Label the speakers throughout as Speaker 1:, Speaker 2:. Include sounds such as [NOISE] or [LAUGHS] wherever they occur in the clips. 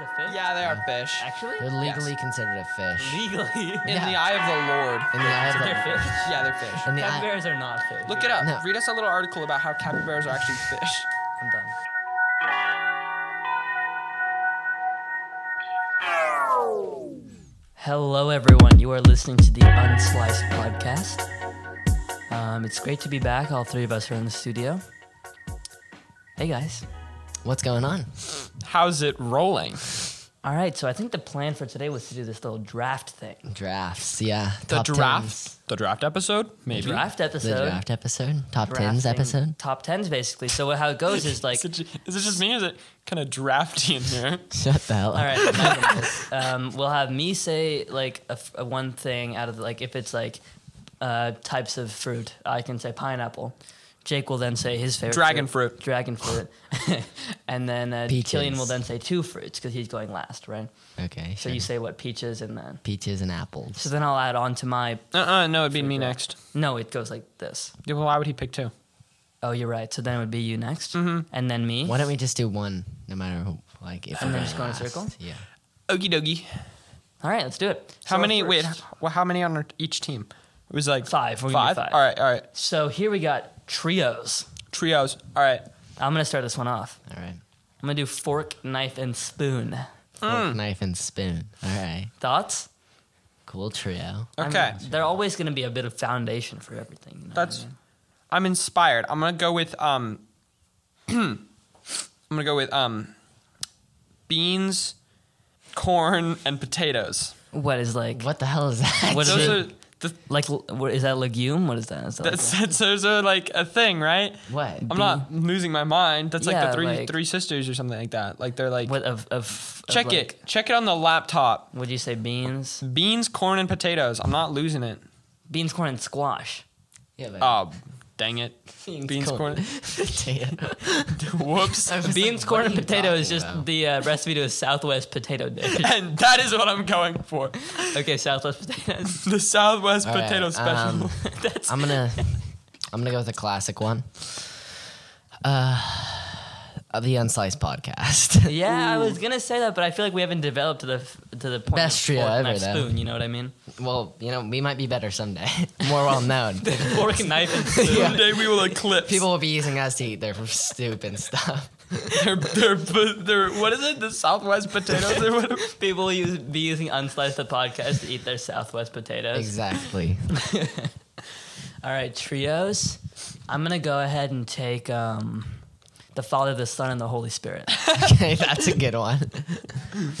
Speaker 1: a fish?
Speaker 2: Yeah, they are fish.
Speaker 1: Actually?
Speaker 3: They're legally considered a
Speaker 1: [LAUGHS]
Speaker 3: fish.
Speaker 1: Legally.
Speaker 2: In
Speaker 3: Yeah.
Speaker 2: the eye of the Lord.
Speaker 3: in the eye of
Speaker 1: They're
Speaker 3: the,
Speaker 1: fish.
Speaker 2: Yeah, they're fish.
Speaker 3: [LAUGHS] in the eye,
Speaker 1: Capybaras are not fish.
Speaker 2: Look it up.
Speaker 3: No.
Speaker 2: Read us a little article about how capybaras are actually fish.
Speaker 1: I'm done. Hello, everyone. You are listening to the Unsliced podcast. Um, it's great to be back. All three of us are in the studio. Hey, guys.
Speaker 3: what's going on?
Speaker 2: How's it rolling?
Speaker 1: All right, so I think the plan for today was to do this little draft thing.
Speaker 3: Drafts, yeah.
Speaker 2: The
Speaker 3: Top
Speaker 2: draft.
Speaker 3: tens.
Speaker 2: The draft episode? Maybe.
Speaker 1: Draft
Speaker 3: The
Speaker 1: episode.
Speaker 3: draft episode, top tens
Speaker 1: drafting
Speaker 3: episode. [LAUGHS]
Speaker 1: Top tens, basically. So how it goes
Speaker 2: [LAUGHS]
Speaker 1: is like,
Speaker 2: Is it, ju- is it just me? Is it kind of drafty in here?
Speaker 3: Shut the hell up.
Speaker 1: all [LAUGHS] right, imagine this. um, we'll have me say like a, f- a one thing out of the, like if it's like uh, types of fruit, I can say pineapple. Jake will then say his favorite
Speaker 2: Dragon fruit.
Speaker 1: dragon fruit, [LAUGHS] and then uh,
Speaker 3: Peaches.
Speaker 1: Killian will then say two fruits because he's going last, right?
Speaker 3: Okay.
Speaker 1: So
Speaker 3: Sure.
Speaker 1: you say what peaches, and then
Speaker 3: peaches and apples.
Speaker 1: so then I'll add on to my
Speaker 2: Uh uh no, it'd be me next.
Speaker 1: no, it goes like this.
Speaker 2: Yeah, well, why would he pick two?
Speaker 1: Oh, you're right. So then it would be you next,
Speaker 2: Mm-hmm.
Speaker 1: and then me.
Speaker 3: Why don't we just do one, no matter who, like if
Speaker 1: And
Speaker 3: we're
Speaker 1: then just
Speaker 3: gonna
Speaker 1: go in a circle?
Speaker 3: last? Yeah.
Speaker 2: Okie dokie.
Speaker 1: All right, let's do it.
Speaker 2: How
Speaker 1: So
Speaker 2: many? Wait,
Speaker 1: first-
Speaker 2: well, how many on our- each team? It was like
Speaker 1: Five. We're gonna do
Speaker 2: Five?
Speaker 1: five.
Speaker 2: All right, all right.
Speaker 1: So here we got trios.
Speaker 2: Trios. All right.
Speaker 1: I'm gonna start this one off.
Speaker 3: All right.
Speaker 1: I'm gonna do fork, knife, and spoon.
Speaker 3: Fork, knife and spoon. All right.
Speaker 1: Thoughts?
Speaker 3: Cool trio.
Speaker 1: I mean,
Speaker 2: Okay.
Speaker 1: they're always gonna be a bit of foundation for everything. you know what I
Speaker 2: That's.
Speaker 1: mean?
Speaker 2: I'm inspired. I'm gonna go with um. [CLEARS THROAT] I'm gonna go with um. Beans, corn, and potatoes.
Speaker 1: what is like
Speaker 3: What the hell is that?
Speaker 1: What is
Speaker 2: Those
Speaker 1: it?
Speaker 2: are the.
Speaker 1: like l- what is that legume? What is that? Is that like
Speaker 2: That's, [LAUGHS] that's those are like a thing, right?
Speaker 3: [LAUGHS] What?
Speaker 2: I'm not losing my mind. That's like
Speaker 1: Yeah,
Speaker 2: the three
Speaker 1: like-
Speaker 2: three sisters or something like that. Like they're
Speaker 1: a-
Speaker 2: like
Speaker 1: what of of of
Speaker 2: check
Speaker 1: like-
Speaker 2: it, check it on the laptop.
Speaker 1: Would you say beans,
Speaker 2: Beans, corn, and potatoes. I'm not losing it.
Speaker 1: beans, corn, and squash?
Speaker 3: Yeah, but
Speaker 2: Oh, dang it.
Speaker 3: [LAUGHS] beans,
Speaker 2: beans, corn.
Speaker 3: [LAUGHS]
Speaker 2: [LAUGHS]
Speaker 1: [LAUGHS]
Speaker 3: potato.
Speaker 2: Whoops.
Speaker 3: [LAUGHS] I was
Speaker 1: Beans,
Speaker 3: like,
Speaker 1: corn,
Speaker 3: what
Speaker 1: and
Speaker 3: are you
Speaker 1: potato is
Speaker 3: talking
Speaker 1: just
Speaker 3: about?
Speaker 1: the uh, recipe to a Southwest potato
Speaker 2: [LAUGHS]
Speaker 1: dish.
Speaker 2: and that is what I'm going for.
Speaker 1: okay, Southwest
Speaker 2: [LAUGHS]
Speaker 1: potatoes.
Speaker 2: The Southwest
Speaker 3: All right,
Speaker 2: potato special. [LAUGHS]
Speaker 3: um,
Speaker 1: That's
Speaker 3: I'm gonna I'm gonna go with a classic one. Uh, the Unsliced podcast. [LAUGHS]
Speaker 1: Yeah, I was gonna say that, but I feel like we haven't developed to the f- to the point.
Speaker 3: Best
Speaker 1: of
Speaker 3: trio
Speaker 1: fork,
Speaker 3: ever,
Speaker 1: knife,
Speaker 3: though.
Speaker 1: spoon. You know what I
Speaker 3: [LAUGHS]
Speaker 1: mean?
Speaker 3: well, you know, we might be better someday, [LAUGHS] more well known.
Speaker 1: Fork, knife, and [LAUGHS] spoon.
Speaker 2: Someday we will eclipse.
Speaker 3: People will be using us to eat their soup and stuff.
Speaker 2: they're, they're, they're, what is it? The Southwest potatoes or whatever?
Speaker 1: People use be using Unsliced the podcast to eat their Southwest potatoes.
Speaker 3: Exactly.
Speaker 1: All right, trios. I'm gonna go ahead and take um, the Father, the Son, and the Holy Spirit.
Speaker 3: Okay, that's a good one.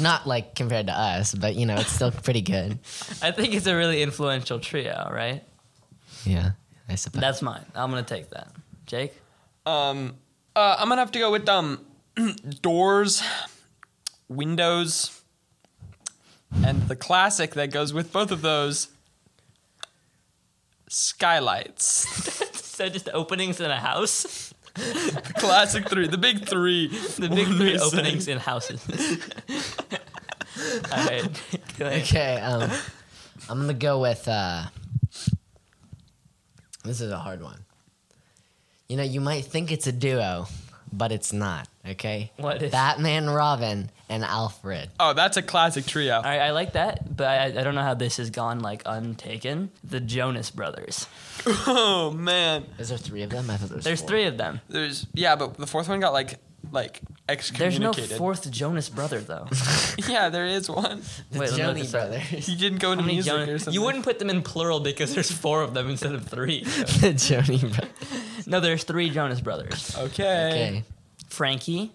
Speaker 3: Not like compared to us, but you know, it's still pretty good.
Speaker 1: [LAUGHS] I think it's a really influential trio, right?
Speaker 3: Yeah, I suppose.
Speaker 1: That's mine. I'm gonna take that. Jake.
Speaker 2: Um, uh, I'm gonna have to go with um, [CLEARS THROAT] doors, windows, and the classic that goes with both of those. Skylights,
Speaker 1: [LAUGHS]
Speaker 2: [LAUGHS]
Speaker 1: so just openings in a house.
Speaker 2: the classic three, the big three,
Speaker 1: The big
Speaker 2: What am
Speaker 1: three
Speaker 2: I saying?
Speaker 1: openings in houses. [LAUGHS] All right. [LAUGHS] Killian.
Speaker 3: okay, um, I'm gonna go with. Uh, this is a hard one. You know, you might think it's a duo, but it's not. Okay,
Speaker 1: What is-
Speaker 3: Batman, Robin, and Alfred?
Speaker 2: Oh, that's a classic trio.
Speaker 1: All right, I like that, but I, I don't know how this has gone like untaken. The Jonas Brothers.
Speaker 2: Oh man,
Speaker 3: Is there three of them? I thought there was
Speaker 1: There's
Speaker 3: four.
Speaker 1: three of them.
Speaker 2: there's yeah, but the fourth one got like like
Speaker 1: There's no
Speaker 2: excommunicated.
Speaker 1: fourth Jonas brother though.
Speaker 2: [LAUGHS] Yeah, there is one.
Speaker 3: The
Speaker 1: Wait, let me look
Speaker 3: Joni
Speaker 1: this up.
Speaker 3: brothers. [LAUGHS]
Speaker 2: He didn't go to
Speaker 1: How many
Speaker 2: music
Speaker 1: Jonas-
Speaker 2: or something.
Speaker 1: You wouldn't put them in plural because there's four of them instead of
Speaker 2: [LAUGHS]
Speaker 1: three.
Speaker 3: the Joni brothers.
Speaker 1: no, there's three Jonas Brothers.
Speaker 2: Okay.
Speaker 3: Okay.
Speaker 1: Frankie.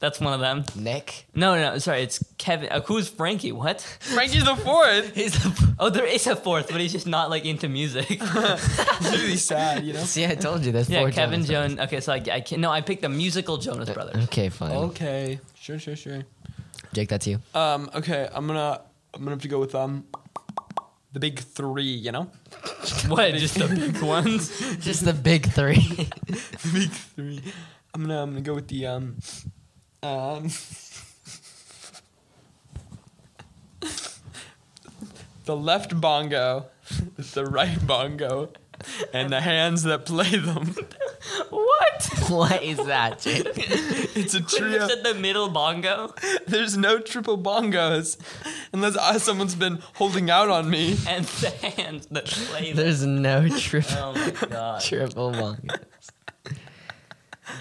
Speaker 1: That's one of them.
Speaker 3: Nick.
Speaker 1: No, no, no, sorry, it's Kevin. Uh, who's Frankie? What?
Speaker 2: Frankie's the fourth. [LAUGHS]
Speaker 3: He's [LAUGHS] the.
Speaker 1: Oh, there is a fourth, but he's just not like into
Speaker 2: [LAUGHS]
Speaker 1: music. [LAUGHS]
Speaker 2: really sad, you know.
Speaker 3: See, I told you there's
Speaker 1: yeah,
Speaker 3: four.
Speaker 1: Kevin
Speaker 3: Jonas Uh,
Speaker 1: Jones. Okay, so I, I can, no, I picked the musical Jonas
Speaker 3: Brothers.
Speaker 1: Brothers. Oh.
Speaker 3: Okay, fine.
Speaker 2: Okay, sure, sure, sure.
Speaker 3: Jake, that's you.
Speaker 2: Um, okay, I'm gonna I'm gonna have to go with um the big three, you know?
Speaker 1: What? Just the big ones?
Speaker 3: Just the big
Speaker 1: [LAUGHS]
Speaker 3: three.
Speaker 2: The big three. I'm gonna I'm gonna go with the um um [LAUGHS] the left bongo, [LAUGHS] [LAUGHS] the right bongo, and the hands that play them.
Speaker 1: What?
Speaker 3: [LAUGHS]
Speaker 1: [LAUGHS]
Speaker 3: what is that? Jake?
Speaker 2: It's a
Speaker 1: You
Speaker 2: trio.
Speaker 1: said the middle bongo
Speaker 2: There's no triple bongos unless I, someone's been holding out on [LAUGHS] me.
Speaker 1: and [LAUGHS] the hands that play.
Speaker 3: [LAUGHS]
Speaker 1: the-
Speaker 3: There's no triple
Speaker 1: Oh my god,
Speaker 3: triple monkey.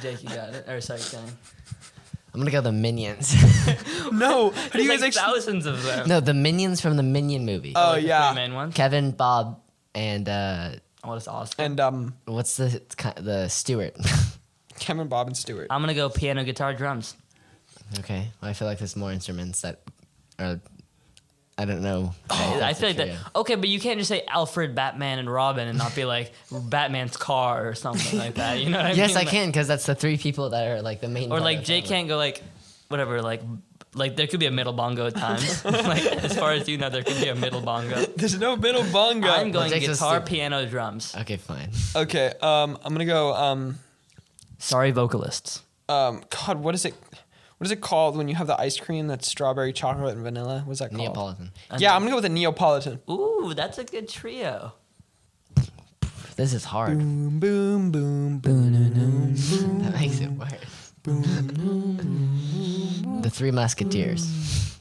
Speaker 1: Jake, you got it. Or sorry, Kenny.
Speaker 3: I'm gonna go the minions. [LAUGHS]
Speaker 2: No, how do
Speaker 1: There's
Speaker 2: you
Speaker 1: like
Speaker 2: guys actually?
Speaker 1: thousands of them.
Speaker 3: no, the minions from the Minion movie.
Speaker 2: Oh
Speaker 1: Like the
Speaker 2: yeah,
Speaker 1: three main ones.
Speaker 3: Kevin, Bob, and uh,
Speaker 1: Oh, that's awesome.
Speaker 2: and um,
Speaker 3: what's the the Stewart? [LAUGHS]
Speaker 2: Cameron, Bob, and Stewart.
Speaker 1: I'm gonna go piano, guitar, drums.
Speaker 3: okay, well, I feel like there's more instruments that are. I don't know.
Speaker 1: Oh, I feel like that. Okay, but you can't just say Alfred, Batman, and Robin and not be like [LAUGHS] Batman's car or something like that. You know what I mean?
Speaker 3: Yes, I
Speaker 1: Like-
Speaker 3: can because that's the three people that are like the main.
Speaker 1: Or
Speaker 3: part
Speaker 1: like
Speaker 3: of
Speaker 1: Jake
Speaker 3: it.
Speaker 1: can't go like whatever like like there could be a middle bongo at times. [LAUGHS] like as far as you know, there could be a middle bongo.
Speaker 2: There's no middle bongo.
Speaker 1: I'm going
Speaker 3: Jake's a
Speaker 1: guitar,
Speaker 3: stu-
Speaker 1: piano, drums. [LAUGHS]
Speaker 3: Okay, fine. [LAUGHS]
Speaker 2: okay, um, I'm gonna go um,
Speaker 1: Sorry, vocalists.
Speaker 2: um, God, what is it? What is it called when you have the ice cream that's strawberry, chocolate, and vanilla? What's that called?
Speaker 3: Neapolitan.
Speaker 2: Yeah, I'm gonna go with a Neapolitan.
Speaker 1: Ooh, that's a good trio.
Speaker 3: This is hard.
Speaker 2: Boom, boom, boom, boom.
Speaker 3: [LAUGHS] That makes it worse. the Three Musketeers.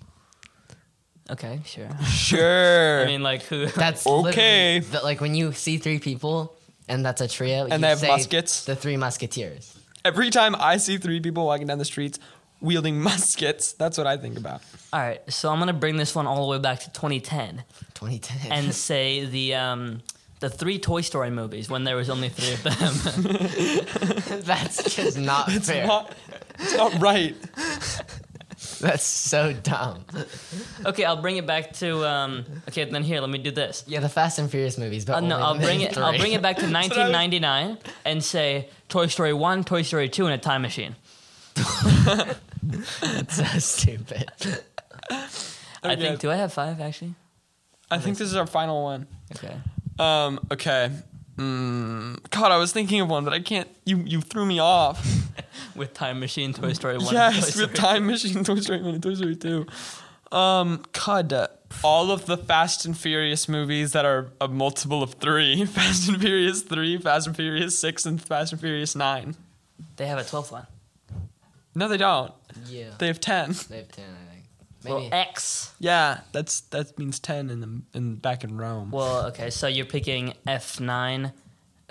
Speaker 1: Okay, sure.
Speaker 2: Sure.
Speaker 1: I mean, like who?
Speaker 3: That's
Speaker 2: Okay.
Speaker 3: literally The, like when you see three people and that's a trio, you
Speaker 2: they have
Speaker 3: say
Speaker 2: muskets?
Speaker 3: The Three Musketeers.
Speaker 2: Every time I see three people walking down the streets wielding [LAUGHS] muskets, that's what I think about.
Speaker 1: [LAUGHS] All right, so I'm gonna bring this one all the way back to 2010
Speaker 3: 2010.
Speaker 1: and say the um the three Toy Story movies when there was only three of them.
Speaker 3: [LAUGHS]
Speaker 2: [LAUGHS]
Speaker 3: that's just not
Speaker 2: It's
Speaker 3: fair.
Speaker 2: not. It's not right.
Speaker 3: That's so dumb.
Speaker 1: okay, I'll bring it back to um. Okay, then here, let me do this.
Speaker 3: Yeah, the Fast and Furious movies, but
Speaker 1: Uh, no,
Speaker 3: only
Speaker 1: I'll
Speaker 3: the
Speaker 1: bring it. I'll
Speaker 3: three.
Speaker 1: bring it back to
Speaker 2: what I was-
Speaker 1: 1999 and say Toy Story One, Toy Story Two, and a time machine.
Speaker 3: [LAUGHS] so stupid.
Speaker 1: I
Speaker 2: Okay.
Speaker 1: think. Do I have five actually?
Speaker 2: I think this is our final one.
Speaker 1: Okay.
Speaker 2: Um. Okay. Mm, God, I was thinking of one, but I can't. You you threw me off.
Speaker 1: With time machine, Toy Story One. and Toy
Speaker 2: yes,
Speaker 1: [LAUGHS] Story
Speaker 2: with Time Machine, Toy Story One, and Toy Story Two. Um. God, uh, all of the Fast and Furious movies that are a multiple of three: [LAUGHS] Fast and Furious Three, Fast and Furious Six, and Fast and Furious Nine.
Speaker 1: They have a twelfth one.
Speaker 2: No, they don't.
Speaker 3: Yeah,
Speaker 2: They have ten. [LAUGHS]
Speaker 3: they have ten, I think.
Speaker 1: Well,
Speaker 3: Maybe.
Speaker 1: X.
Speaker 2: Yeah, that's that means ten in the in back in Rome.
Speaker 1: Well, okay. So you're picking F nine,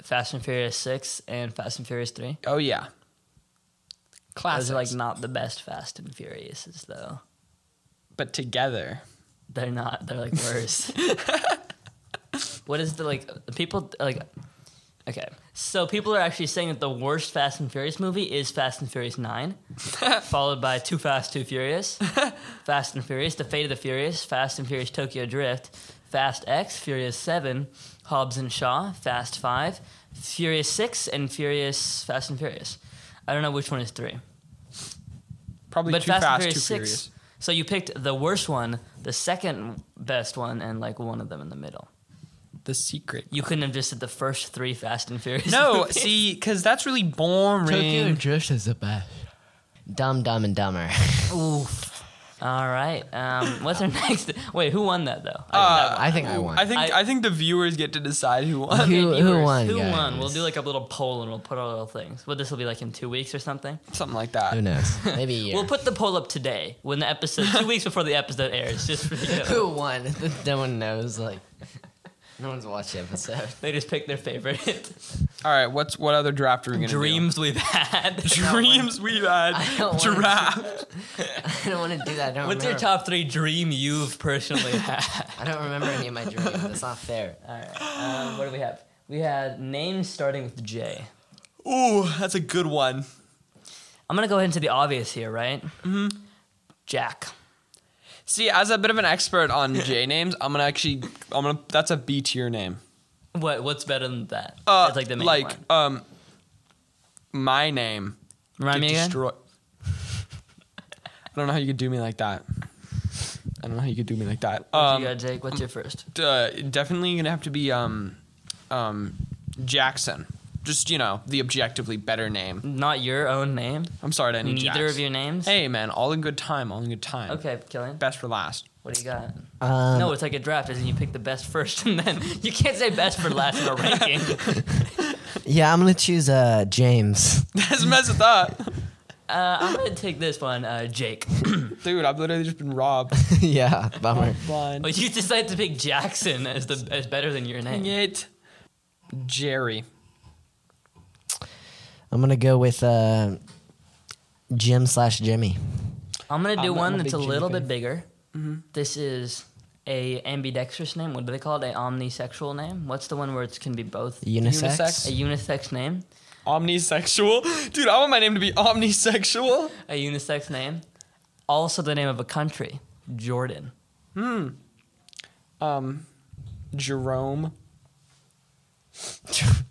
Speaker 1: Fast and Furious Six, and Fast and Furious Three.
Speaker 2: oh yeah,
Speaker 1: Those
Speaker 2: classics.
Speaker 1: are like not the best Fast and Furiouses though.
Speaker 2: but together.
Speaker 1: They're not. They're like worse. what is the like people like? Okay, so people are actually saying that the worst Fast and Furious movie is Fast and Furious Nine, followed by Too Fast, Too Furious, Fast and Furious, The Fate of the Furious, Fast and Furious Tokyo Drift, Fast X, Furious Seven, Hobbs and Shaw, Fast Five, Furious Six, and Furious Fast and Furious. I don't know which one is three.
Speaker 2: Probably
Speaker 1: But
Speaker 2: too
Speaker 1: Fast,
Speaker 2: fast,
Speaker 1: and
Speaker 2: too
Speaker 1: Furious Six.
Speaker 2: furious.
Speaker 1: So you picked the worst one, the second best one, and like one of them in the middle. [LAUGHS]
Speaker 2: The secret.
Speaker 1: You couldn't have just said the first three Fast and Furious. [LAUGHS]
Speaker 2: No,
Speaker 1: movies.
Speaker 2: see, because that's really boring.
Speaker 3: Drift is the best. Dumb, dumb, and dumber. [LAUGHS]
Speaker 1: Oof. All right. Um, what's our [LAUGHS] next? Wait, who won that though? I
Speaker 2: Uh,
Speaker 3: I think I won.
Speaker 2: I think I,
Speaker 1: I-
Speaker 2: think the viewers get to decide who won. [LAUGHS]
Speaker 3: who,
Speaker 1: didn't-
Speaker 3: who won?
Speaker 1: Who
Speaker 3: guys?
Speaker 1: won? We'll do like a little poll and we'll put our little things. Well, this will be like in two weeks or something.
Speaker 2: Something like
Speaker 3: Who
Speaker 2: that.
Speaker 3: knows? Maybe a year.
Speaker 1: We'll put the poll up today when the episode, two weeks before the episode airs, just for
Speaker 2: [LAUGHS]
Speaker 1: you. Know,
Speaker 3: who won? [LAUGHS] no one knows. Like, no one's watched the episode. [LAUGHS]
Speaker 1: they just pick their favorite
Speaker 2: All right, what's what other draft are we gonna
Speaker 1: dreams we've had. [LAUGHS]
Speaker 2: do? [LAUGHS] Dreams we've
Speaker 3: I
Speaker 2: had.
Speaker 3: don't wanna-
Speaker 2: Giraffe.
Speaker 3: I don't want to do that. I don't
Speaker 1: What's
Speaker 3: remember.
Speaker 1: your top three dream you've personally had?
Speaker 3: I don't remember any of my dreams. That's
Speaker 2: [LAUGHS]
Speaker 3: not fair.
Speaker 1: All right. Um, what do we have? We had names starting with J.
Speaker 2: Ooh, that's a good one.
Speaker 1: I'm gonna go into the obvious here, right? Mm-hmm. Jack.
Speaker 2: See, as a bit of an expert on J names, I'm gonna actually, I'm gonna. That's a B tier name.
Speaker 1: What? What's better than that?
Speaker 2: Uh,
Speaker 1: That's like the main
Speaker 2: like
Speaker 1: one.
Speaker 2: um, my name.
Speaker 1: Remind me
Speaker 2: Get
Speaker 1: again.
Speaker 2: destroy- I don't know how you could do me like that. I don't know how you could do me like that.
Speaker 1: What
Speaker 2: Um,
Speaker 1: you got, Jake? What's your first?
Speaker 2: d- uh, definitely gonna have to be um, um, Jackson. Just you know, the objectively better name.
Speaker 1: Not your own name.
Speaker 2: I'm sorry to any
Speaker 1: Neither
Speaker 2: Jacks.
Speaker 1: of your names.
Speaker 2: Hey man, all in good time. All in good time.
Speaker 1: Okay, Killian.
Speaker 2: Best for last. [LAUGHS]
Speaker 1: What do you got?
Speaker 3: Um,
Speaker 1: no, it's [LAUGHS] like a draft, isn't it? You pick the best first, and then you can't say best for last in a ranking.
Speaker 3: Yeah, I'm gonna choose uh James. [LAUGHS]
Speaker 2: That's mess with that.
Speaker 1: Uh, I'm gonna take this one, uh, Jake.
Speaker 2: Dude, I've literally just been robbed.
Speaker 3: yeah, bummer.
Speaker 2: Blind.
Speaker 1: But you decided to pick Jackson as the as better than your name.
Speaker 2: Dang it. Jerry.
Speaker 3: I'm gonna go with uh Jim slash Jimmy.
Speaker 1: I'm gonna
Speaker 2: I'm
Speaker 1: do
Speaker 2: a-
Speaker 1: one
Speaker 2: I'm a
Speaker 1: that's a
Speaker 2: big Jimmy
Speaker 1: little
Speaker 2: fan.
Speaker 1: bit bigger.
Speaker 2: Mm-hmm.
Speaker 1: This is a ambidextrous name. What do they call it? A omnisexual name. What's the one where it can be both? A
Speaker 3: Unisex.
Speaker 2: Unisex.
Speaker 1: unisex name.
Speaker 2: Omnisexual. Dude, I want my name to be omnisexual.
Speaker 1: A unisex name. Also the name of a country, Jordan.
Speaker 2: Um, Jerome.
Speaker 3: [LAUGHS]
Speaker 1: Oh.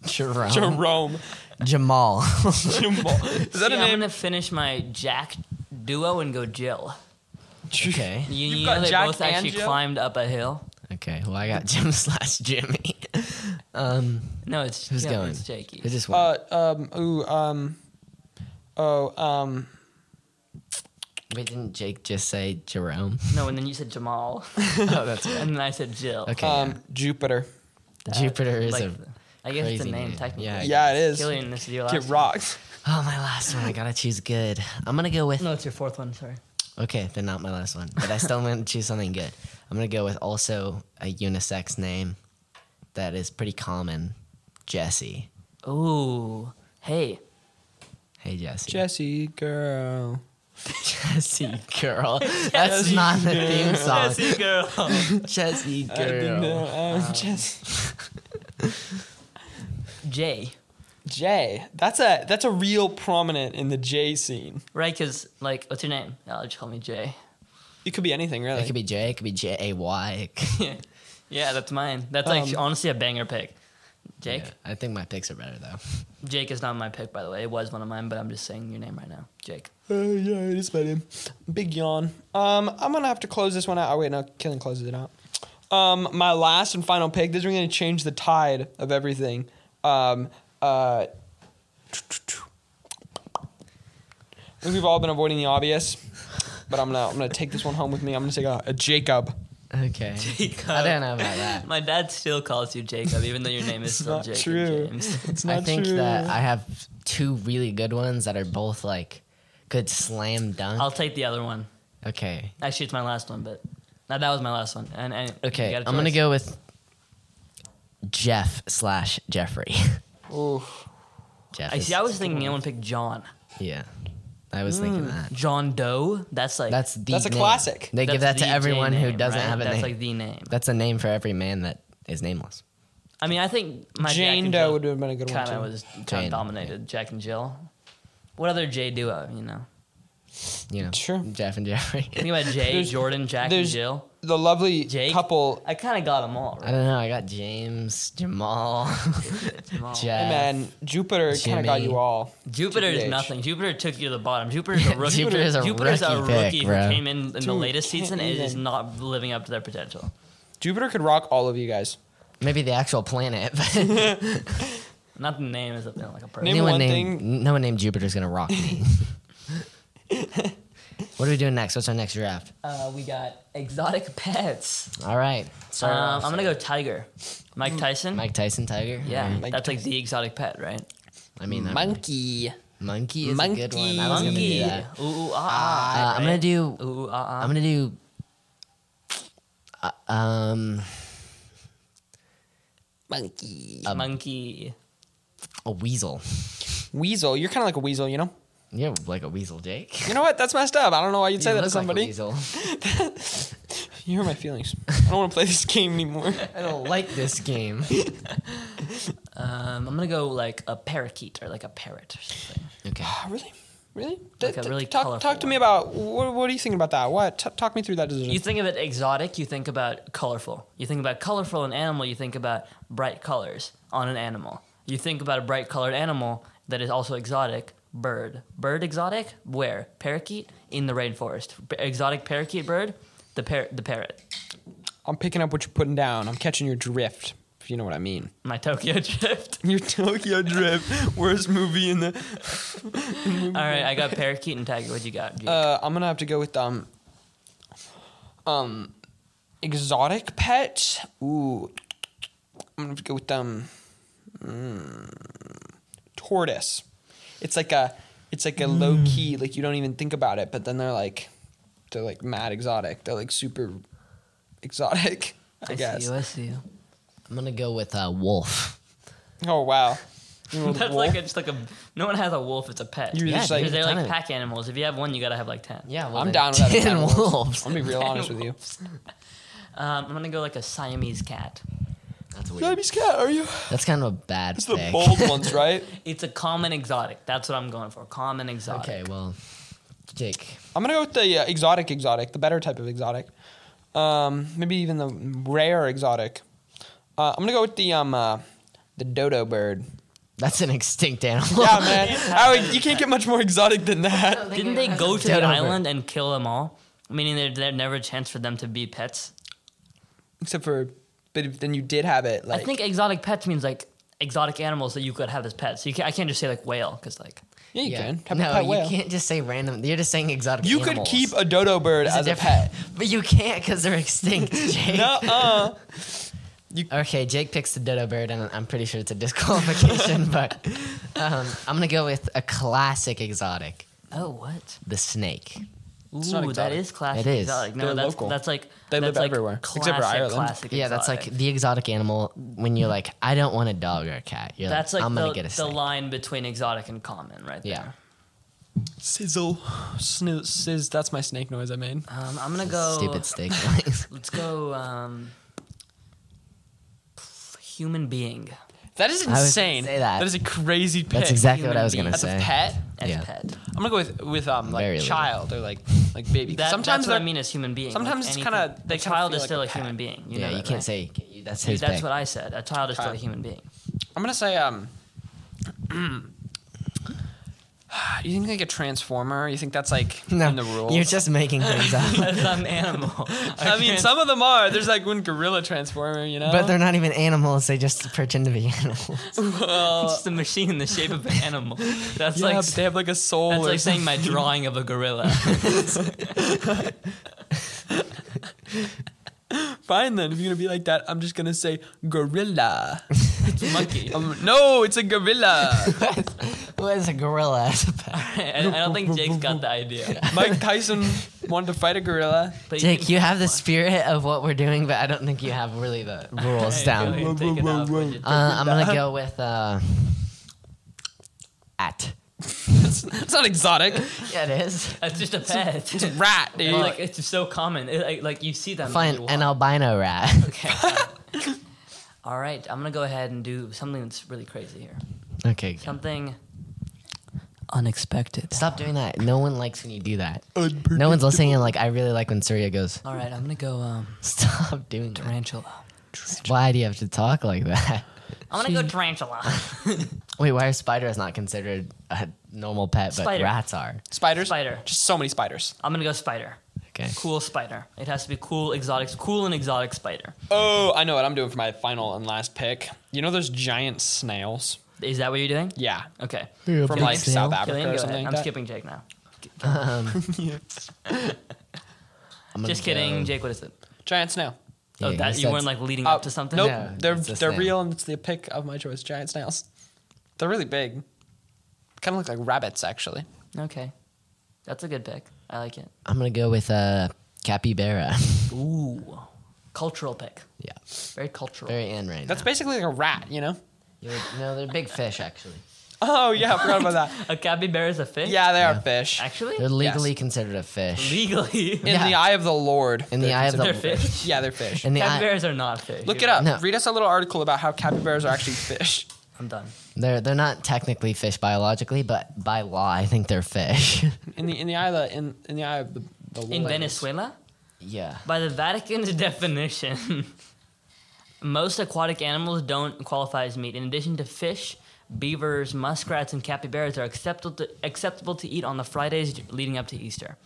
Speaker 1: [LAUGHS]
Speaker 3: Jerome.
Speaker 2: Jerome.
Speaker 3: Jamal. [LAUGHS]
Speaker 2: Jamal. Is that
Speaker 1: See,
Speaker 2: a
Speaker 1: I'm
Speaker 2: name?
Speaker 1: gonna finish my Jack duo and go Jill.
Speaker 3: okay.
Speaker 1: You,
Speaker 2: You've
Speaker 1: you
Speaker 2: got
Speaker 1: know they
Speaker 2: Jack
Speaker 1: both
Speaker 2: and
Speaker 1: actually
Speaker 2: Jill?
Speaker 1: climbed up a hill.
Speaker 3: Okay. Well, I got Jim [LAUGHS] slash Jimmy. Um,
Speaker 1: No, it's
Speaker 3: who's
Speaker 1: no,
Speaker 3: going?
Speaker 1: It's Jakey.
Speaker 3: Who's this one?
Speaker 2: Uh, um, ooh, um, oh, um,
Speaker 3: Wait, didn't Jake just say Jerome?
Speaker 1: No, and then you said Jamal, [LAUGHS]
Speaker 3: oh, [LAUGHS] that's right.
Speaker 1: and then I said Jill.
Speaker 3: Okay.
Speaker 2: um, Jupiter.
Speaker 1: That-
Speaker 3: Jupiter is
Speaker 1: like,
Speaker 3: a.
Speaker 1: I guess it's a
Speaker 3: crazy
Speaker 1: name
Speaker 3: name.
Speaker 1: technically.
Speaker 3: Yeah, I
Speaker 2: Yeah, it is.
Speaker 1: Killian, this is your
Speaker 2: Get
Speaker 1: last.
Speaker 2: rocked.
Speaker 3: Oh, my last one. I gotta choose good. I'm gonna go with.
Speaker 1: No, it's your fourth one. Sorry.
Speaker 3: Okay, then not my last one, but I still want to choose something good. I'm gonna go with also a unisex name that is pretty common, Jesse.
Speaker 1: Ooh, hey,
Speaker 3: Hey, Jesse. [LAUGHS]
Speaker 2: Jesse, girl.
Speaker 3: Jesse
Speaker 1: [LAUGHS]
Speaker 3: girl. That's not the theme song.
Speaker 1: girl.
Speaker 3: Jesse
Speaker 2: I didn't know.
Speaker 3: girl.
Speaker 2: Um, Jess.
Speaker 1: [LAUGHS] Jay,
Speaker 2: Jay. That's a that's a real prominent in the J scene.
Speaker 1: right? Because like, what's your name? Oh, just call me Jay.
Speaker 2: It could be anything, really.
Speaker 3: It could be J. It could be J A Y.
Speaker 1: [LAUGHS] yeah, that's mine. That's
Speaker 2: Um,
Speaker 1: like honestly a banger pick. Jake.
Speaker 3: Yeah, I think my picks are better though.
Speaker 1: [LAUGHS] Jake is not my pick, by the way. It was one of mine, but I'm just saying your name right now, [LAUGHS] Jake.
Speaker 2: Uh, yeah, it is about him. Big yawn. Um, I'm gonna have to close this one out. Oh wait, no, Killing closes it out. Um, my last and final pick. This is gonna change the tide of everything. Um, uh, I think we've all been avoiding the obvious, but I'm gonna I'm gonna take this one home with me. I'm gonna take a, a Jacob.
Speaker 3: Okay.
Speaker 1: Jacob.
Speaker 3: I don't know about that.
Speaker 1: My dad still calls you Jacob, even though your name is
Speaker 3: [LAUGHS]
Speaker 2: It's
Speaker 1: still
Speaker 2: not
Speaker 1: Jacob
Speaker 2: true.
Speaker 1: James. [LAUGHS]
Speaker 2: It's
Speaker 3: I think that I have two really good ones that are both like good slam dunk.
Speaker 1: I'll take the other one.
Speaker 3: okay.
Speaker 1: Actually, it's my last one, but no, that was my last one. And, and you
Speaker 3: Okay.
Speaker 1: got
Speaker 3: I'm
Speaker 1: a
Speaker 3: gonna
Speaker 1: choice.
Speaker 3: go with Jeff slash Jeffrey. [LAUGHS]
Speaker 2: Oof.
Speaker 3: Jeff.
Speaker 1: I
Speaker 3: is-
Speaker 1: see. I was thinking anyone pick John,
Speaker 3: yeah. I was thinking that.
Speaker 1: John Doe. That's like
Speaker 3: That's the.
Speaker 2: That's a
Speaker 3: name.
Speaker 2: classic.
Speaker 3: They give that
Speaker 1: that's
Speaker 3: to
Speaker 1: the
Speaker 3: everyone
Speaker 1: J
Speaker 3: who
Speaker 1: name,
Speaker 3: doesn't
Speaker 1: right?
Speaker 3: have a
Speaker 1: that's
Speaker 3: name.
Speaker 1: like the name.
Speaker 3: That's a name for every man that is nameless.
Speaker 1: I mean, I think my
Speaker 2: Jane Doe would have been a good one
Speaker 1: kind
Speaker 2: too.
Speaker 1: of was kind
Speaker 3: Jane,
Speaker 1: of dominated Jack and Jill. What other J duo? You know,
Speaker 3: You know,
Speaker 2: Sure.
Speaker 3: Jeff
Speaker 1: [LAUGHS]
Speaker 3: and Jeffrey.
Speaker 1: think about Jay,
Speaker 2: There's-
Speaker 1: Jordan, Jack, and
Speaker 2: there's-
Speaker 1: Jill.
Speaker 2: the lovely
Speaker 1: Jake?
Speaker 2: couple
Speaker 1: I kind of got them all.
Speaker 3: I
Speaker 1: Right?
Speaker 3: don't know. I got James, Jamal, [LAUGHS]
Speaker 1: Oh, Them all.
Speaker 3: Jeff.
Speaker 2: Hey man, Jupiter kind of got
Speaker 3: Jimmy.
Speaker 2: you all.
Speaker 1: Jupiter is
Speaker 2: TBH.
Speaker 1: nothing. Jupiter took you to the bottom. Jupiter's
Speaker 3: [LAUGHS]
Speaker 1: a rookie.
Speaker 3: Jupiter is a
Speaker 1: Jupiter's a
Speaker 3: rookie
Speaker 1: rookie
Speaker 3: pick,
Speaker 1: who
Speaker 3: bro.
Speaker 1: came in in the
Speaker 2: Dude,
Speaker 1: latest
Speaker 2: can't
Speaker 1: season and is
Speaker 2: even.
Speaker 1: not living up to their potential.
Speaker 2: Jupiter could rock all of you guys.
Speaker 3: Maybe the actual planet. [LAUGHS]
Speaker 1: [LAUGHS]
Speaker 3: But
Speaker 1: Not the name is a, like a person.
Speaker 2: Name
Speaker 3: anyone
Speaker 2: one
Speaker 3: named no one named Jupiter's gonna rock me.
Speaker 1: [LAUGHS]
Speaker 3: what are we doing next? What's our next draft?
Speaker 1: Uh, we got exotic pets.
Speaker 3: All right. Sorry.
Speaker 1: Um, I'm gonna go tiger. Mike Tyson.
Speaker 3: Mike Tyson, Tiger.
Speaker 1: Yeah,
Speaker 3: Alright.
Speaker 2: Mm. Mike
Speaker 1: that's like the exotic pet, right?
Speaker 3: I mean, that would
Speaker 2: Monkey.
Speaker 3: be- monkey is a good one. I was gonna do
Speaker 1: Monkey.
Speaker 3: that.
Speaker 1: Ooh, ooh, ah, ah,
Speaker 3: Uh, I'm gonna
Speaker 1: right?
Speaker 3: do.
Speaker 1: Ooh, ah, ah.
Speaker 3: I'm gonna do. uh, um,
Speaker 2: Monkey.
Speaker 3: um,
Speaker 1: monkey.
Speaker 3: a weasel.
Speaker 2: Weasel. You're kind of like a weasel, you know?
Speaker 3: You're like a weasel, Jake.
Speaker 2: You know what? That's messed up. I don't know why you'd say
Speaker 3: You
Speaker 2: that to
Speaker 3: look like a
Speaker 2: somebody.
Speaker 3: weasel.
Speaker 2: you hurt my feelings. I don't want to play this game anymore.
Speaker 3: [LAUGHS] I don't like this game.
Speaker 1: Um, I'm gonna go like a parakeet or like a parrot or something.
Speaker 3: Okay.
Speaker 2: Ah, really? Really?
Speaker 1: Like a really
Speaker 2: talk,
Speaker 1: colorful
Speaker 2: talk to me
Speaker 1: one.
Speaker 2: about what, what do you think about that? What? T- talk me through that decision.
Speaker 1: You think of it exotic, you think about colorful. You think about colorful an animal, you think about bright colors on an animal. You think about a bright colored animal that is also exotic, bird. Bird exotic? Where? Parakeet in the rainforest. B- exotic parakeet bird? The par- the parrot.
Speaker 2: I'm picking up what you're putting down. I'm catching your drift, if you know what I mean. [LAUGHS]
Speaker 1: My Tokyo [LAUGHS] drift.
Speaker 2: Your Tokyo Drift. Worst movie in the.
Speaker 1: All right, I got parakeet and tiger. What you got? Jake?
Speaker 2: Uh, I'm gonna have to go with um, um, exotic pet. Ooh, I'm gonna have to go with um, Tortoise. It's like a it's like a
Speaker 3: Hmm.
Speaker 2: low key like you don't even think about it, but then they're like they're like mad exotic. They're like super exotic. [LAUGHS] I,
Speaker 1: I
Speaker 2: guess.
Speaker 1: see you. I see you.
Speaker 3: I'm gonna go with uh, wolf.
Speaker 2: Oh wow. You
Speaker 1: [LAUGHS]
Speaker 2: know,
Speaker 1: That's
Speaker 2: wolf?
Speaker 1: like a, just like a. No one has a wolf. It's a pet.
Speaker 2: You
Speaker 1: Yeah,
Speaker 2: were just like-
Speaker 1: because they're
Speaker 3: ton
Speaker 1: like
Speaker 3: of-
Speaker 1: pack animals. If you have one, you gotta have like ten.
Speaker 3: Yeah, well,
Speaker 2: I'm
Speaker 3: then
Speaker 2: down with that.
Speaker 3: [LAUGHS] ten
Speaker 2: Ten wolves.
Speaker 3: wolves.
Speaker 2: I'm gonna be real
Speaker 3: [LAUGHS]
Speaker 2: honest with you.
Speaker 1: Um, I'm gonna go like a Siamese cat.
Speaker 3: That's weird.
Speaker 2: Baby's cat, are you?
Speaker 3: That's kind of a bad
Speaker 2: It's the
Speaker 3: pick. [LAUGHS]
Speaker 2: bold ones, right?
Speaker 1: It's a common exotic. That's what I'm going for. Common exotic.
Speaker 3: okay, well, Jake.
Speaker 2: I'm gonna go with the uh, exotic, exotic, the better type of exotic. Um, maybe even the rare exotic. Uh, I'm gonna go with the um, uh, the dodo bird.
Speaker 3: That's an extinct
Speaker 2: [LAUGHS]
Speaker 3: animal. [LAUGHS]
Speaker 2: Yeah, man. I would, you can't get much more exotic than that.
Speaker 1: Didn't they go to
Speaker 3: Dead
Speaker 1: the
Speaker 3: over.
Speaker 1: island and kill them all? Meaning there, there's never a chance for them to be pets.
Speaker 2: Except for, but if, then you did have it. Like,
Speaker 1: I think exotic pets means like exotic animals that you could have as pets. You can, I can't just say like whale because like
Speaker 2: yeah, you can. Have
Speaker 3: no,
Speaker 2: a pet
Speaker 3: you
Speaker 2: whale.
Speaker 3: can't just say random. You're just saying exotic.
Speaker 2: You could
Speaker 3: animals.
Speaker 2: keep a dodo bird
Speaker 3: It's
Speaker 2: as a
Speaker 3: different-
Speaker 2: pet.
Speaker 3: [LAUGHS] but you can't because
Speaker 2: [LAUGHS]
Speaker 3: they're extinct. [LAUGHS] Jake.
Speaker 2: No, uh.
Speaker 3: Okay, Jake picks the dodo bird, and I'm pretty sure it's a disqualification. but um, I'm gonna go with a classic exotic,
Speaker 1: oh what?
Speaker 3: the snake.
Speaker 2: It's not
Speaker 1: Ooh, that
Speaker 2: exotic.
Speaker 1: is classic.
Speaker 3: It is.
Speaker 1: Exotic. No,
Speaker 2: They're
Speaker 1: that's
Speaker 2: local.
Speaker 1: that's like
Speaker 2: They
Speaker 1: that's
Speaker 2: live
Speaker 1: like
Speaker 2: everywhere, except for
Speaker 1: Classic,
Speaker 2: Ireland.
Speaker 1: Classic
Speaker 3: Yeah, that's
Speaker 1: exotic.
Speaker 3: like the exotic animal when you're like, I don't want a dog or a cat. You're
Speaker 1: that's
Speaker 3: like,
Speaker 1: like
Speaker 3: I'm
Speaker 1: the,
Speaker 3: gonna get a
Speaker 1: the
Speaker 3: snake.
Speaker 1: line between exotic and common, right
Speaker 3: Yeah.
Speaker 1: there.
Speaker 2: Sizzle, snoo, sizz. That's my snake noise I made.
Speaker 1: Um, I'm gonna go.
Speaker 3: Stupid snake.
Speaker 1: [LAUGHS]
Speaker 3: [LAUGHS]
Speaker 1: Let's go. Um, human being
Speaker 2: That is
Speaker 3: gonna
Speaker 2: insane.
Speaker 3: say that.
Speaker 2: That is a crazy pick.
Speaker 3: That's exactly
Speaker 1: Human
Speaker 3: what I was
Speaker 1: being.
Speaker 3: gonna
Speaker 2: That's
Speaker 3: say.
Speaker 2: a pet.
Speaker 1: as
Speaker 3: Yeah.
Speaker 1: a pet.
Speaker 2: I'm gonna go with with um like
Speaker 3: Very little.
Speaker 2: child or like like baby.
Speaker 1: That,
Speaker 2: sometimes
Speaker 1: that's what I
Speaker 2: they're-
Speaker 1: mean as human being.
Speaker 2: sometimes it's
Speaker 1: like
Speaker 2: kinda-
Speaker 1: anything.
Speaker 2: they
Speaker 1: a
Speaker 2: kinda
Speaker 1: child
Speaker 2: feel
Speaker 1: is
Speaker 2: like
Speaker 1: still
Speaker 2: a
Speaker 1: a,
Speaker 2: pet.
Speaker 1: human being. You
Speaker 3: yeah,
Speaker 1: know
Speaker 3: you
Speaker 1: that,
Speaker 3: can't
Speaker 1: right?
Speaker 3: say that's his.
Speaker 1: That's
Speaker 3: pick. [LAUGHS]
Speaker 1: what I said. A child is still a
Speaker 2: Child.
Speaker 1: human being.
Speaker 2: I'm gonna say um. [CLEARS THROAT] You think like a transformer? You think that's like
Speaker 3: no,
Speaker 2: in the rules?
Speaker 3: You're
Speaker 1: [LAUGHS]
Speaker 3: just making things up.
Speaker 1: That's not an
Speaker 3: [LAUGHS]
Speaker 1: animal.
Speaker 2: [LAUGHS] I mean, some of them are. There's like one gorilla transformer, you know.
Speaker 3: But they're not even animals. They just pretend to be [LAUGHS] animals.
Speaker 1: It's just a machine in the shape of
Speaker 3: [LAUGHS]
Speaker 1: an animal. That's
Speaker 2: yeah,
Speaker 1: like
Speaker 2: but they have like a soul.
Speaker 1: that's
Speaker 2: or
Speaker 1: like saying my drawing of a gorilla.
Speaker 2: something. [LAUGHS] fine then. If you're gonna be like that, I'm just gonna say gorilla.
Speaker 3: [LAUGHS]
Speaker 1: It's a monkey.
Speaker 2: Um, no, it's a gorilla.
Speaker 3: Who has a gorilla as a pet?
Speaker 1: I, I don't think Jake's got the
Speaker 3: [LAUGHS]
Speaker 1: idea.
Speaker 2: Mike Tyson wanted to fight a gorilla. [LAUGHS]
Speaker 1: But
Speaker 3: Jake, you have the spirit of what we're doing, but I don't think you have really the rules
Speaker 1: [LAUGHS]
Speaker 3: down.
Speaker 1: Hey, take it off, would you?
Speaker 3: Uh, I'm gonna go with uh, at.
Speaker 2: It's not exotic.
Speaker 3: Yeah, it is.
Speaker 1: That's just a [LAUGHS] pet.
Speaker 2: It's a rat, dude.
Speaker 1: It's like it's so common. It- like, like you see them.
Speaker 3: Fine,
Speaker 1: you
Speaker 3: an
Speaker 1: walk.
Speaker 3: albino rat.
Speaker 1: [LAUGHS]
Speaker 3: [LAUGHS]
Speaker 1: Okay. [LAUGHS] All right, I'm gonna go ahead and do something that's really crazy here.
Speaker 3: Okay.
Speaker 1: Something unexpected.
Speaker 3: Stop doing that. No one likes when you do that. No one's listening. And like, I really like when Surya goes. [LAUGHS]
Speaker 1: All right, I'm gonna go um,
Speaker 3: Stop doing that.
Speaker 1: tarantula.
Speaker 3: Why do you have to talk like that? [LAUGHS]
Speaker 1: I'm gonna go tarantula.
Speaker 3: Wait, why are spiders not considered a normal pet, but
Speaker 1: Spider.
Speaker 3: rats are?
Speaker 2: spiders.
Speaker 1: Spider.
Speaker 2: Just so many spiders.
Speaker 1: [LAUGHS] I'm gonna go spider.
Speaker 3: Okay.
Speaker 1: Cool spider. It has to be cool, exotic, cool and exotic spider.
Speaker 2: Oh, I know what I'm doing for my final and last pick. You know those giant snails?
Speaker 1: Is that what you're doing?
Speaker 2: Yeah.
Speaker 1: Okay.
Speaker 3: You're a
Speaker 2: From
Speaker 3: big
Speaker 2: like
Speaker 3: snail.
Speaker 2: South Africa
Speaker 1: Killian,
Speaker 2: or
Speaker 1: go
Speaker 2: something.
Speaker 1: ahead.
Speaker 2: like
Speaker 1: I'm
Speaker 2: that.
Speaker 1: skipping Jake now.
Speaker 3: I'm gonna
Speaker 1: Just kidding,
Speaker 3: go-
Speaker 1: Jake. What is it?
Speaker 2: Giant snail.
Speaker 1: Oh,
Speaker 3: Yeah,
Speaker 1: that
Speaker 3: he
Speaker 1: you
Speaker 3: said-
Speaker 1: weren't like leading
Speaker 2: Uh,
Speaker 1: up to something.
Speaker 2: Nope.
Speaker 3: No,
Speaker 2: they're
Speaker 3: it's a
Speaker 2: they're
Speaker 3: snail.
Speaker 2: real and it's the pick of my choice. Giant snails. They're really big. Kind of look like rabbits, actually.
Speaker 1: Okay, that's a good pick. I like it.
Speaker 3: I'm gonna go with uh, capybara. [LAUGHS]
Speaker 1: Ooh, cultural pick.
Speaker 3: yeah.
Speaker 1: Very cultural.
Speaker 3: Very end right
Speaker 2: That's basically like a rat, you know?
Speaker 3: now. You're- no, they're big fish actually.
Speaker 2: Oh, yeah, I forgot about that.
Speaker 3: [LAUGHS]
Speaker 1: a capybara is a fish.
Speaker 2: Yeah, they are fish.
Speaker 1: Actually,
Speaker 3: They're legally considered a fish.
Speaker 1: legally,
Speaker 2: In
Speaker 3: Yeah.
Speaker 2: the eye of the Lord.
Speaker 3: In the
Speaker 2: they're
Speaker 3: eye of the-
Speaker 1: they're
Speaker 2: considered-
Speaker 1: fish.
Speaker 2: Yeah, they're fish.
Speaker 3: In the eye,
Speaker 1: Capybaras are not fish.
Speaker 2: Look it up.
Speaker 3: No.
Speaker 2: Read us a little article about how capybaras are actually fish.
Speaker 1: I'm done.
Speaker 3: they're they're not technically fish biologically, but by law, I think they're fish. [LAUGHS]
Speaker 2: In the in the eye of the in, in the eye of the, the Lord.
Speaker 1: In Venezuela,
Speaker 3: yeah.
Speaker 1: by the Vatican's [LAUGHS] definition, [LAUGHS] most aquatic animals don't qualify as meat. In addition to fish, beavers, muskrats, and capybaras are acceptable to, acceptable to eat on the Fridays leading up to Easter.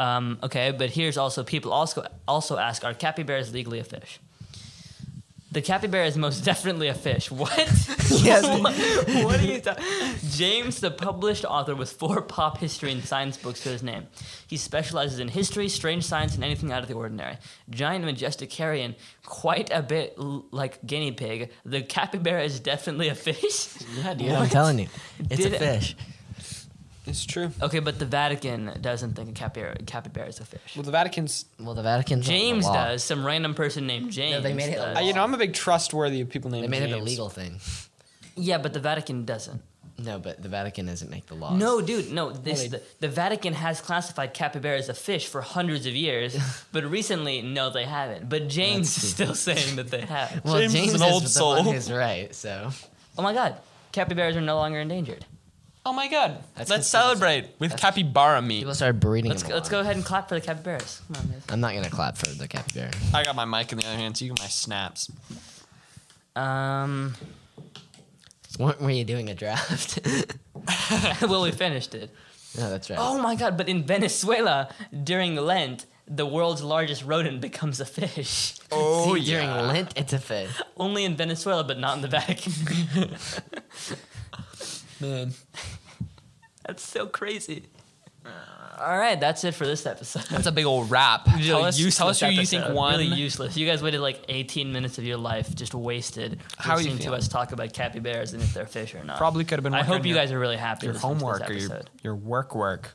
Speaker 1: Um, okay, but here's also people also also ask: Are capybaras legally a fish? The capybara is most [LAUGHS] definitely a fish. What?
Speaker 3: [LAUGHS] Yes.
Speaker 1: [LAUGHS] what, what are you talking? James, the published author with four pop history and science books to his name, he specializes in history, strange science, and anything out of the ordinary. Giant, majestic carrion, quite a bit l- like guinea pig. The capybara is definitely a fish.
Speaker 3: Yeah, dude, I'm telling you, it's
Speaker 1: Did-
Speaker 3: a fish.
Speaker 2: It's true.
Speaker 1: Okay, but the Vatican doesn't think a capybara, capybara is a fish.
Speaker 2: Well, the Vatican's.
Speaker 3: Well, the Vatican's not
Speaker 1: James
Speaker 3: a law.
Speaker 1: does. Some random person named James.
Speaker 3: they made it a
Speaker 1: does.
Speaker 2: I, Uh, you know, I'm a big trustworthy of people named.
Speaker 3: They made it a
Speaker 2: James.
Speaker 3: legal thing.
Speaker 1: Yeah, but the Vatican doesn't.
Speaker 3: No, but the Vatican doesn't make the laws.
Speaker 1: No, dude, no. This
Speaker 2: they-
Speaker 1: the, the Vatican has classified capybara as a fish for hundreds of
Speaker 3: [LAUGHS]
Speaker 1: years, but recently, no, they haven't. But James is still saying that they
Speaker 3: [LAUGHS]
Speaker 1: have.
Speaker 3: Well,
Speaker 2: James
Speaker 3: James,
Speaker 2: is an
Speaker 3: is
Speaker 2: old
Speaker 3: the
Speaker 2: soul.
Speaker 3: one who's right. So
Speaker 1: Oh my God, capybaras are no longer endangered.
Speaker 2: Oh my God!
Speaker 3: That's
Speaker 2: Let's
Speaker 3: confusing.
Speaker 2: celebrate with capybara meat.
Speaker 3: people started breeding
Speaker 1: Let's
Speaker 3: them.
Speaker 1: go,
Speaker 3: a
Speaker 1: let's go
Speaker 3: lot.
Speaker 1: ahead and clap for the capybaras. Come on, guys.
Speaker 3: I'm not gonna clap for the capybara. [LAUGHS]
Speaker 2: I got my mic in the other hand, so you get my snaps.
Speaker 1: Um, [LAUGHS]
Speaker 3: Weren't were you doing a draft? [LAUGHS]
Speaker 1: well, we finished it.
Speaker 3: no, that's right.
Speaker 1: Oh my God! But in Venezuela, during Lent, the world's largest rodent becomes a fish. [LAUGHS]
Speaker 2: Oh
Speaker 3: See, during Lent, it's a fish.
Speaker 1: Only in Venezuela, but not in the Vatican. [LAUGHS]
Speaker 2: man.
Speaker 1: that's so crazy.
Speaker 2: Uh,
Speaker 1: All right, that's it for this episode. [LAUGHS]
Speaker 2: That's a big old rap. Tell
Speaker 1: Really
Speaker 2: us, tell
Speaker 1: useless
Speaker 2: us who you
Speaker 1: episode.
Speaker 2: think won.
Speaker 1: Really useless. You guys waited like 18 minutes of your life just wasted
Speaker 2: How are you
Speaker 1: listening to
Speaker 2: feeling?
Speaker 1: us talk about capybaras and if they're fish or not.
Speaker 2: Probably could have been.
Speaker 1: I
Speaker 2: working
Speaker 1: hope
Speaker 2: on
Speaker 1: you
Speaker 2: your-
Speaker 1: guys are really happy.
Speaker 2: your
Speaker 1: listening to
Speaker 2: homework or
Speaker 1: This
Speaker 2: your, [SIGHS]
Speaker 1: episode.
Speaker 2: your work work.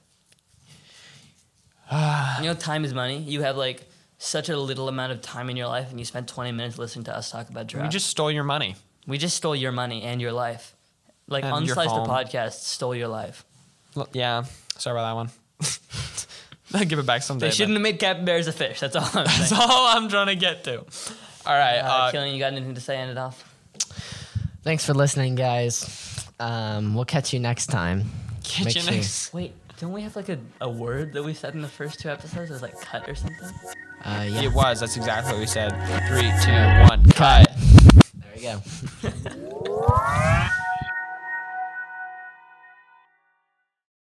Speaker 2: [SIGHS]
Speaker 1: You know, time is money. You have like such a little amount of time in your life, and you spent 20 minutes listening to us talk about
Speaker 2: We
Speaker 1: draft.
Speaker 2: just stole your money.
Speaker 1: we just stole your money and your life. Like
Speaker 2: And your
Speaker 1: Unsliced the
Speaker 2: home.
Speaker 1: podcast stole your life.
Speaker 2: L- Yeah, sorry about that one. [LAUGHS] I'll give it back someday.
Speaker 1: They
Speaker 2: but
Speaker 1: shouldn't have made capybaras a fish. That's all I'm
Speaker 2: [LAUGHS] That's
Speaker 1: saying.
Speaker 2: all I'm trying to get to. All right.
Speaker 1: Uh,
Speaker 2: Uh,
Speaker 1: Killian, you got anything to say? End it off.
Speaker 3: Thanks for listening, guys. Um, we'll catch you next time.
Speaker 2: catch
Speaker 3: Make
Speaker 2: you
Speaker 3: sure-
Speaker 2: next-
Speaker 1: Wait, don't we have like a, a word that we said in the first two episodes? It was like cut or something?
Speaker 3: Uh, yeah.
Speaker 2: It was. That's exactly what we said. Three, two, one, cut.
Speaker 3: There we go.